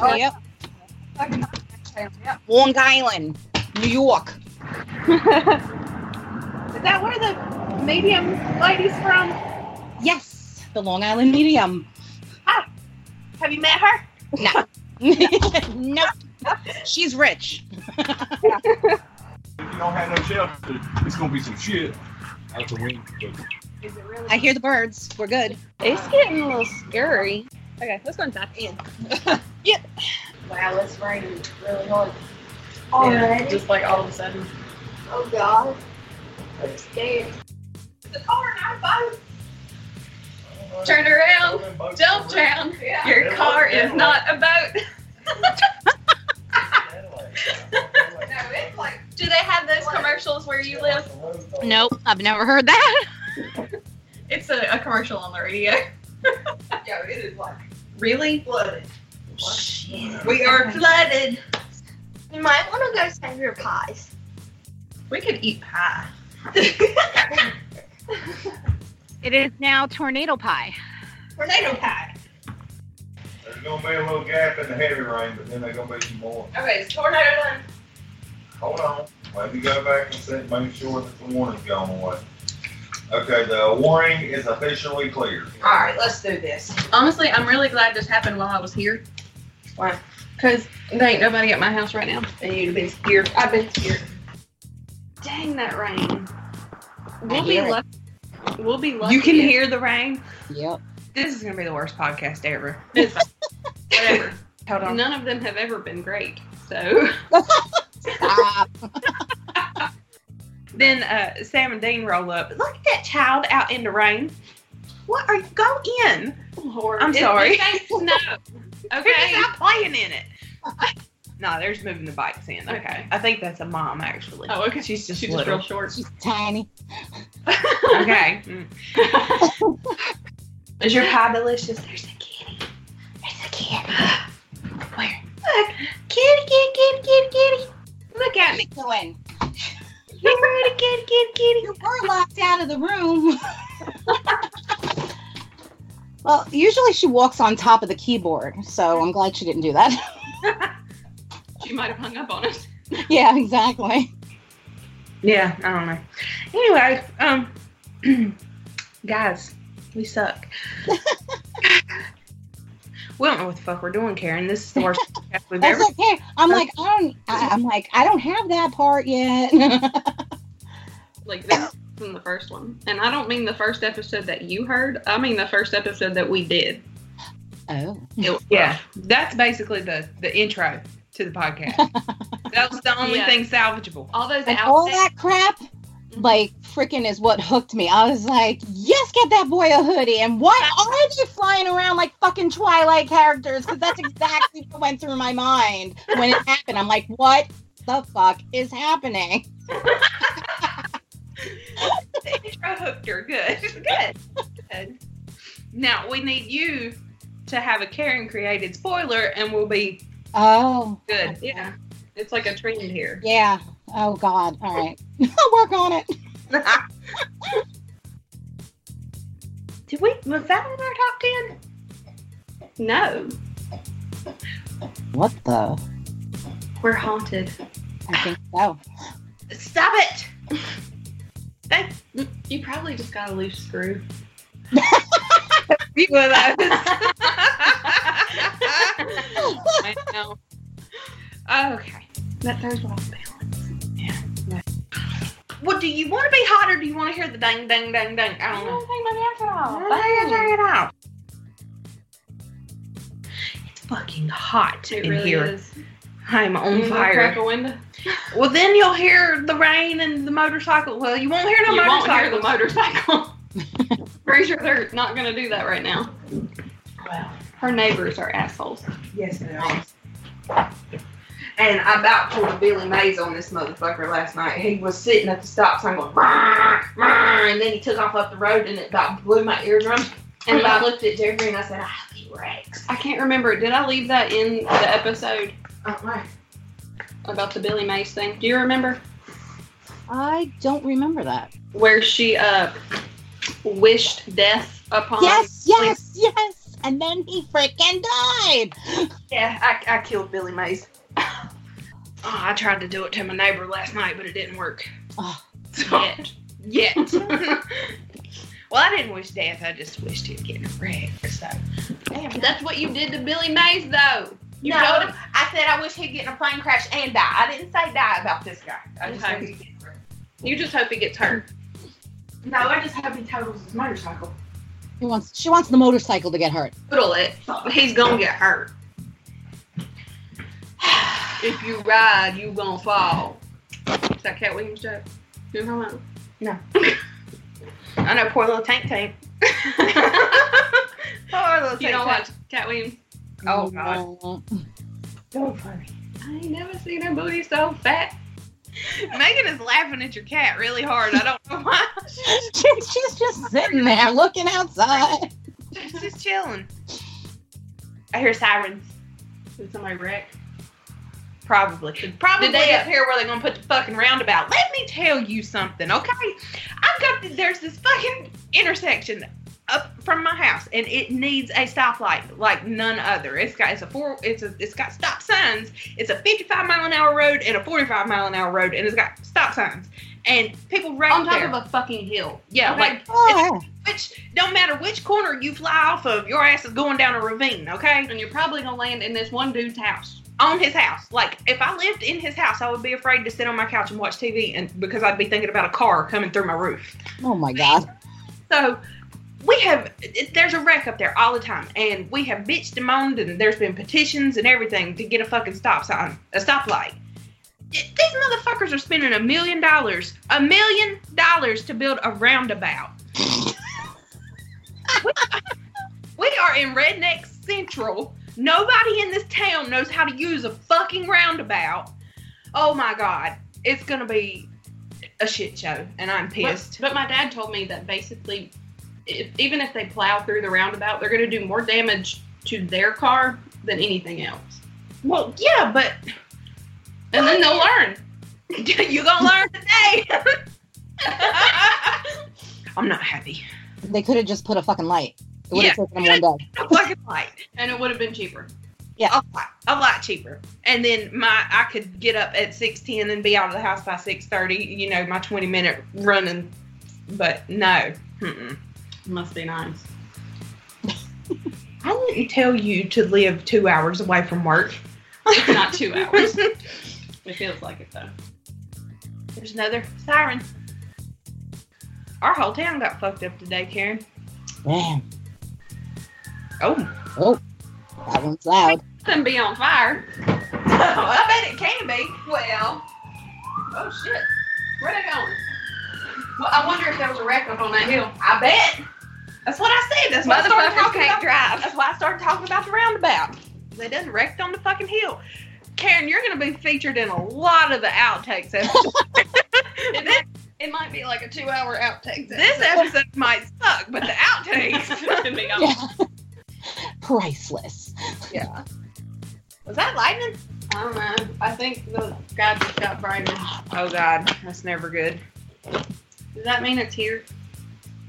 M: Oh,
F: yep.
M: fucking Yep.
F: Long Island, New York.
M: Is that where the medium lady's from?
F: Yes, the Long Island Medium.
M: Have you met her?
F: No. no. She's rich.
L: If you don't have no shelter, it's gonna be some shit. Out the wing.
F: I hear the birds. We're good.
B: It's getting a little scary. Okay, let's go inside.
M: Yep. Wow, it's raining really hard. Alright. Just like all of a sudden. Oh God. I'm scared. The car and I both. Turn around. Jump down. Your car is not a boat. no, it's like. Do they have those commercials where you live?
F: Nope, I've never heard that.
M: It's a, a commercial on the radio. yeah, it is like really flooded. Shit. We are flooded.
N: You might want to go save your pies.
M: We could eat pie.
F: It is now tornado pie.
M: Tornado pie.
L: There's gonna be a little gap in the heavy rain, but then there's gonna be some more.
M: Okay, it's tornado done.
L: Hold on. Let me go back and see, make sure that the warning's gone away. Okay, the warning is officially cleared.
M: All right, let's do this. Honestly, I'm really glad this happened while I was here. Why? Because there ain't nobody at my house right now. And you'd have been scared. I've been scared. Dang that rain. We'll be
D: hear it.
M: lucky. We'll be lucky.
D: You can
M: if-
D: hear the rain.
F: Yep.
M: This is gonna be the worst podcast ever.
B: Whatever.
D: Hold on.
B: None of them have ever been great. So
D: Then uh, Sam and Dean roll up. Look at that child out in the rain. What are you? Go in.
B: Lord,
D: I'm
B: it-
D: sorry.
B: it ain't snow.
D: Okay. They're not playing in it. no, they're just moving the bikes in. Okay. I think that's a mom, actually.
B: Oh, okay.
D: She's just
B: She's just
D: little.
B: real short.
F: She's tiny.
D: okay. Mm. Is your pie delicious? There's a kitty. There's a kitty. Where? Look. Kitty, kitty, kitty, kitty, kitty.
M: Look at
F: me going.
D: You ready, kitty, kitty, kitty?
F: You were locked out of the room. well, usually she walks on top of the keyboard, so I'm glad she didn't do that.
B: she might have hung up on us.
F: yeah, exactly.
D: Yeah, I don't know. Anyway, um, guys, we suck. we don't know what the fuck we're doing, Karen. This is the worst podcast we've
F: That's
D: ever.
F: okay. I'm like, I don't. I, I'm like, I don't have that part yet.
B: Like this from the first one, and I don't mean the first episode that you heard. I mean the first episode that we did.
F: oh,
D: It- yeah, that's basically the the intro to the podcast. that was the only
B: Yeah.
D: thing salvageable.
B: All those
F: and all that crap, like freaking, is what hooked me. I was like, yes, get that boy a hoodie. And why are they flying around like fucking Twilight characters? Because that's exactly what went through my mind when it happened. I'm like, what the fuck is happening?
D: the intro hooked her. Good, good, good. Now we need you to have a Karen created spoiler, and we'll be
F: Oh,
D: good. Yeah, it's like a trend here.
F: yeah. Oh God. All right, I'll work on it.
D: Did we? Was that in our top ten?
B: No,
F: What the?
B: we're haunted.
F: I think so.
D: Stop it! That
B: you probably just got a loose screw.
D: You were that.
B: I know.
D: Okay.
B: That throws me off balance.
D: Well, do you want to be hot or do you want to hear the dang, dang, dang, dang? I don't know.
B: take my pants off.
D: Bang, bang it out. It's fucking hot
B: It
D: in
B: really
D: here.
B: is.
D: I'm on
B: You wanna Crack
D: fire.
B: a window.
D: Well, then you'll hear the rain and the motorcycle. Well, you won't hear no
B: you won't hear
D: motorcycle.
B: the motorcycle. Pretty sure they're not gonna do that right now.
D: Well,
B: Her neighbors are assholes.
O: Yes, they are. And I about pulled a Billy Mays on this motherfucker last night. He was sitting at the stop sign going, "Rah, rah," and then he took off up the road and it about blew my eardrum. And I looked at Jeffrey and I said, ah, he wrecks.
B: I can't remember. Did I leave that in the episode?
O: Oh, my.
B: About the Billy Mays thing. Do you remember?
F: I don't remember that.
B: Where she uh wished death upon
F: Yes, yes, yes. And then he freaking died.
O: Yeah, I, I killed Billy Mays. Oh, I tried to do it to my neighbor last night, but it didn't work.
B: Yet.
O: Yet. well, I didn't wish death. I just wished he was getting wrecked. So,
B: That's what you did to Billy Mays though. You
O: no,
B: told him
O: I said I wish he'd get in a plane crash and die. I didn't say die about this guy. I just
B: Okay.
O: said he'd get wrecked.
B: you just hope he gets hurt.
O: No, I just hope he totals his motorcycle.
F: He wants she wants the motorcycle to get hurt.
O: Total it. He's gonna get hurt.
B: If you ride, you gonna fall. Is that Cat Williams joke? You know what I'm talking
O: No.
B: about? I know poor little tank tank. poor little You
O: Tank
B: don't
O: Tank.
B: watch Cat Williams.
O: Oh god. So funny.
B: I ain't never seen her booty so fat.
D: Megan is laughing at your cat really hard. I don't know why.
F: She's just sitting there looking outside.
D: She's just chilling.
O: I hear sirens.
B: Did somebody wreck?
D: Probably. Probably
O: Did they-
D: up here where they're gonna put the fucking roundabout. Let me tell you something, okay? I've got th- there's this fucking intersection up from my house, and it needs a stoplight like none other. It's got it's a four it's a it's got stop signs. It's a 55 mile an hour road and a 45 mile an hour road, and it's got stop signs. And people right
B: On top
D: there.
B: of a fucking hill.
D: yeah,
B: Okay.
D: like
F: Oh,
D: it's- which don't matter which corner you fly off of, your ass is going down a ravine, okay?
B: And you're probably gonna land in this one dude's house.
D: on his house. Like if I lived in his house, I would be afraid to sit on my couch and watch TV, and because I'd be thinking about a car coming through my roof.
F: Oh my god.
D: So we have it- there's a wreck up there all the time, and we have bitched and moaned, and there's been petitions and everything to get a fucking stop sign, a stoplight. Th- These motherfuckers are spending a million dollars, a million dollars to build a roundabout. We are in redneck central. Nobody in this town knows how to use a fucking roundabout. Oh my god, it's gonna be a shit show, and I'm pissed.
B: But, but my dad told me that basically, if, even if they plow through the roundabout, they're going to do more damage to their car than anything else.
D: Well, yeah, but
B: And then they'll learn.
D: you gonna learn today. I'm not happy.
F: They could have just put a fucking light. It would have
D: Yeah.
F: taken them one day.
D: A fucking light,
B: And it would have been cheaper.
D: a lot, a lot cheaper. And then my, I could get up at six ten and be out of the house by six thirty. You know, my twenty minute running. But no, Mm-mm.
B: Must be nice.
D: I didn't tell you to live two hours away from work.
B: It's not two hours. It feels like it though.
D: There's another siren. Our whole town got fucked up today, Karen.
F: Damn.
D: Oh.
F: Oh. That one's loud.
B: Couldn't be on fire.
D: I bet it can be.
B: Well. Oh shit. Where they going? Well, I wonder if there was a wreck up on that hill.
O: I bet.
D: That's what I said. That's why I started
B: Motherfuckers
D: talking
B: can't
D: about That's why I started talking about the roundabout. They done wrecked on the fucking hill. Karen, you're gonna be featured in a lot of the outtakes. episode.
B: It might, it might be like a two-hour outtake.
D: this episode might suck, but the outtakes.
B: could be on.
F: Priceless.
D: yeah. Was that lightning?
B: I don't know. I think the guy just got brighter.
D: Oh God, that's never good.
B: Does that mean it's here?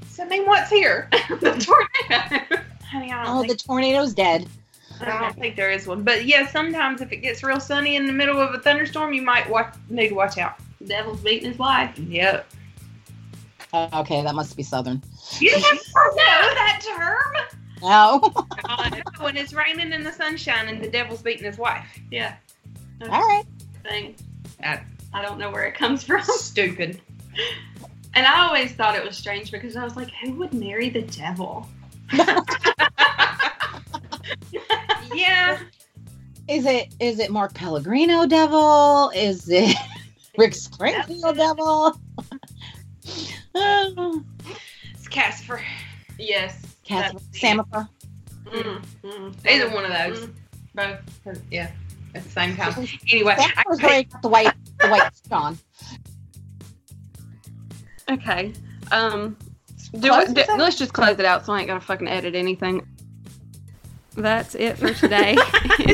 D: So I mean, what's here?
B: the tornado.
D: Honey, I don't
F: Oh,
D: think
F: the tornado's dead.
D: I don't think there is one. But yeah, sometimes if it gets real sunny in the middle of a thunderstorm, you might watch, need to watch out.
B: Devil's beating his wife.
D: Yep.
F: Oh, okay, that must be southern.
D: You never know that term.
F: No.
D: when it's raining in the sunshine and the devil's beating his wife.
B: Yeah.
F: All right.
B: Thing.
D: That-
B: I don't know where it comes from.
D: Stupid.
B: And I always thought it was strange because I was like, who would marry the devil?
D: Yeah.
F: Is it is it Mark Pellegrino devil? Is it Rick Springfield devil? Oh,
D: It's Casper.
B: Yes.
F: Catherine Samifer.
D: Mm, mm. Either one of those.
B: Mm-hmm.
D: Both. Yeah. At the same time. Anyway, I was going the way the way it's gone.
B: Okay. Um, do I, do, let's just close it out so I ain't got to fucking edit anything. That's it for today.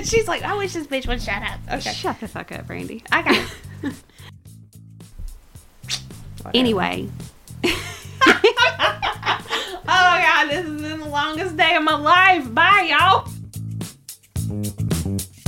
A: She's like, I wish this bitch would shut up. Okay.
B: Shut the fuck up, Brandy.
A: I got it.
B: Anyway,
A: oh my god, this has been the longest day of my life. Bye, y'all.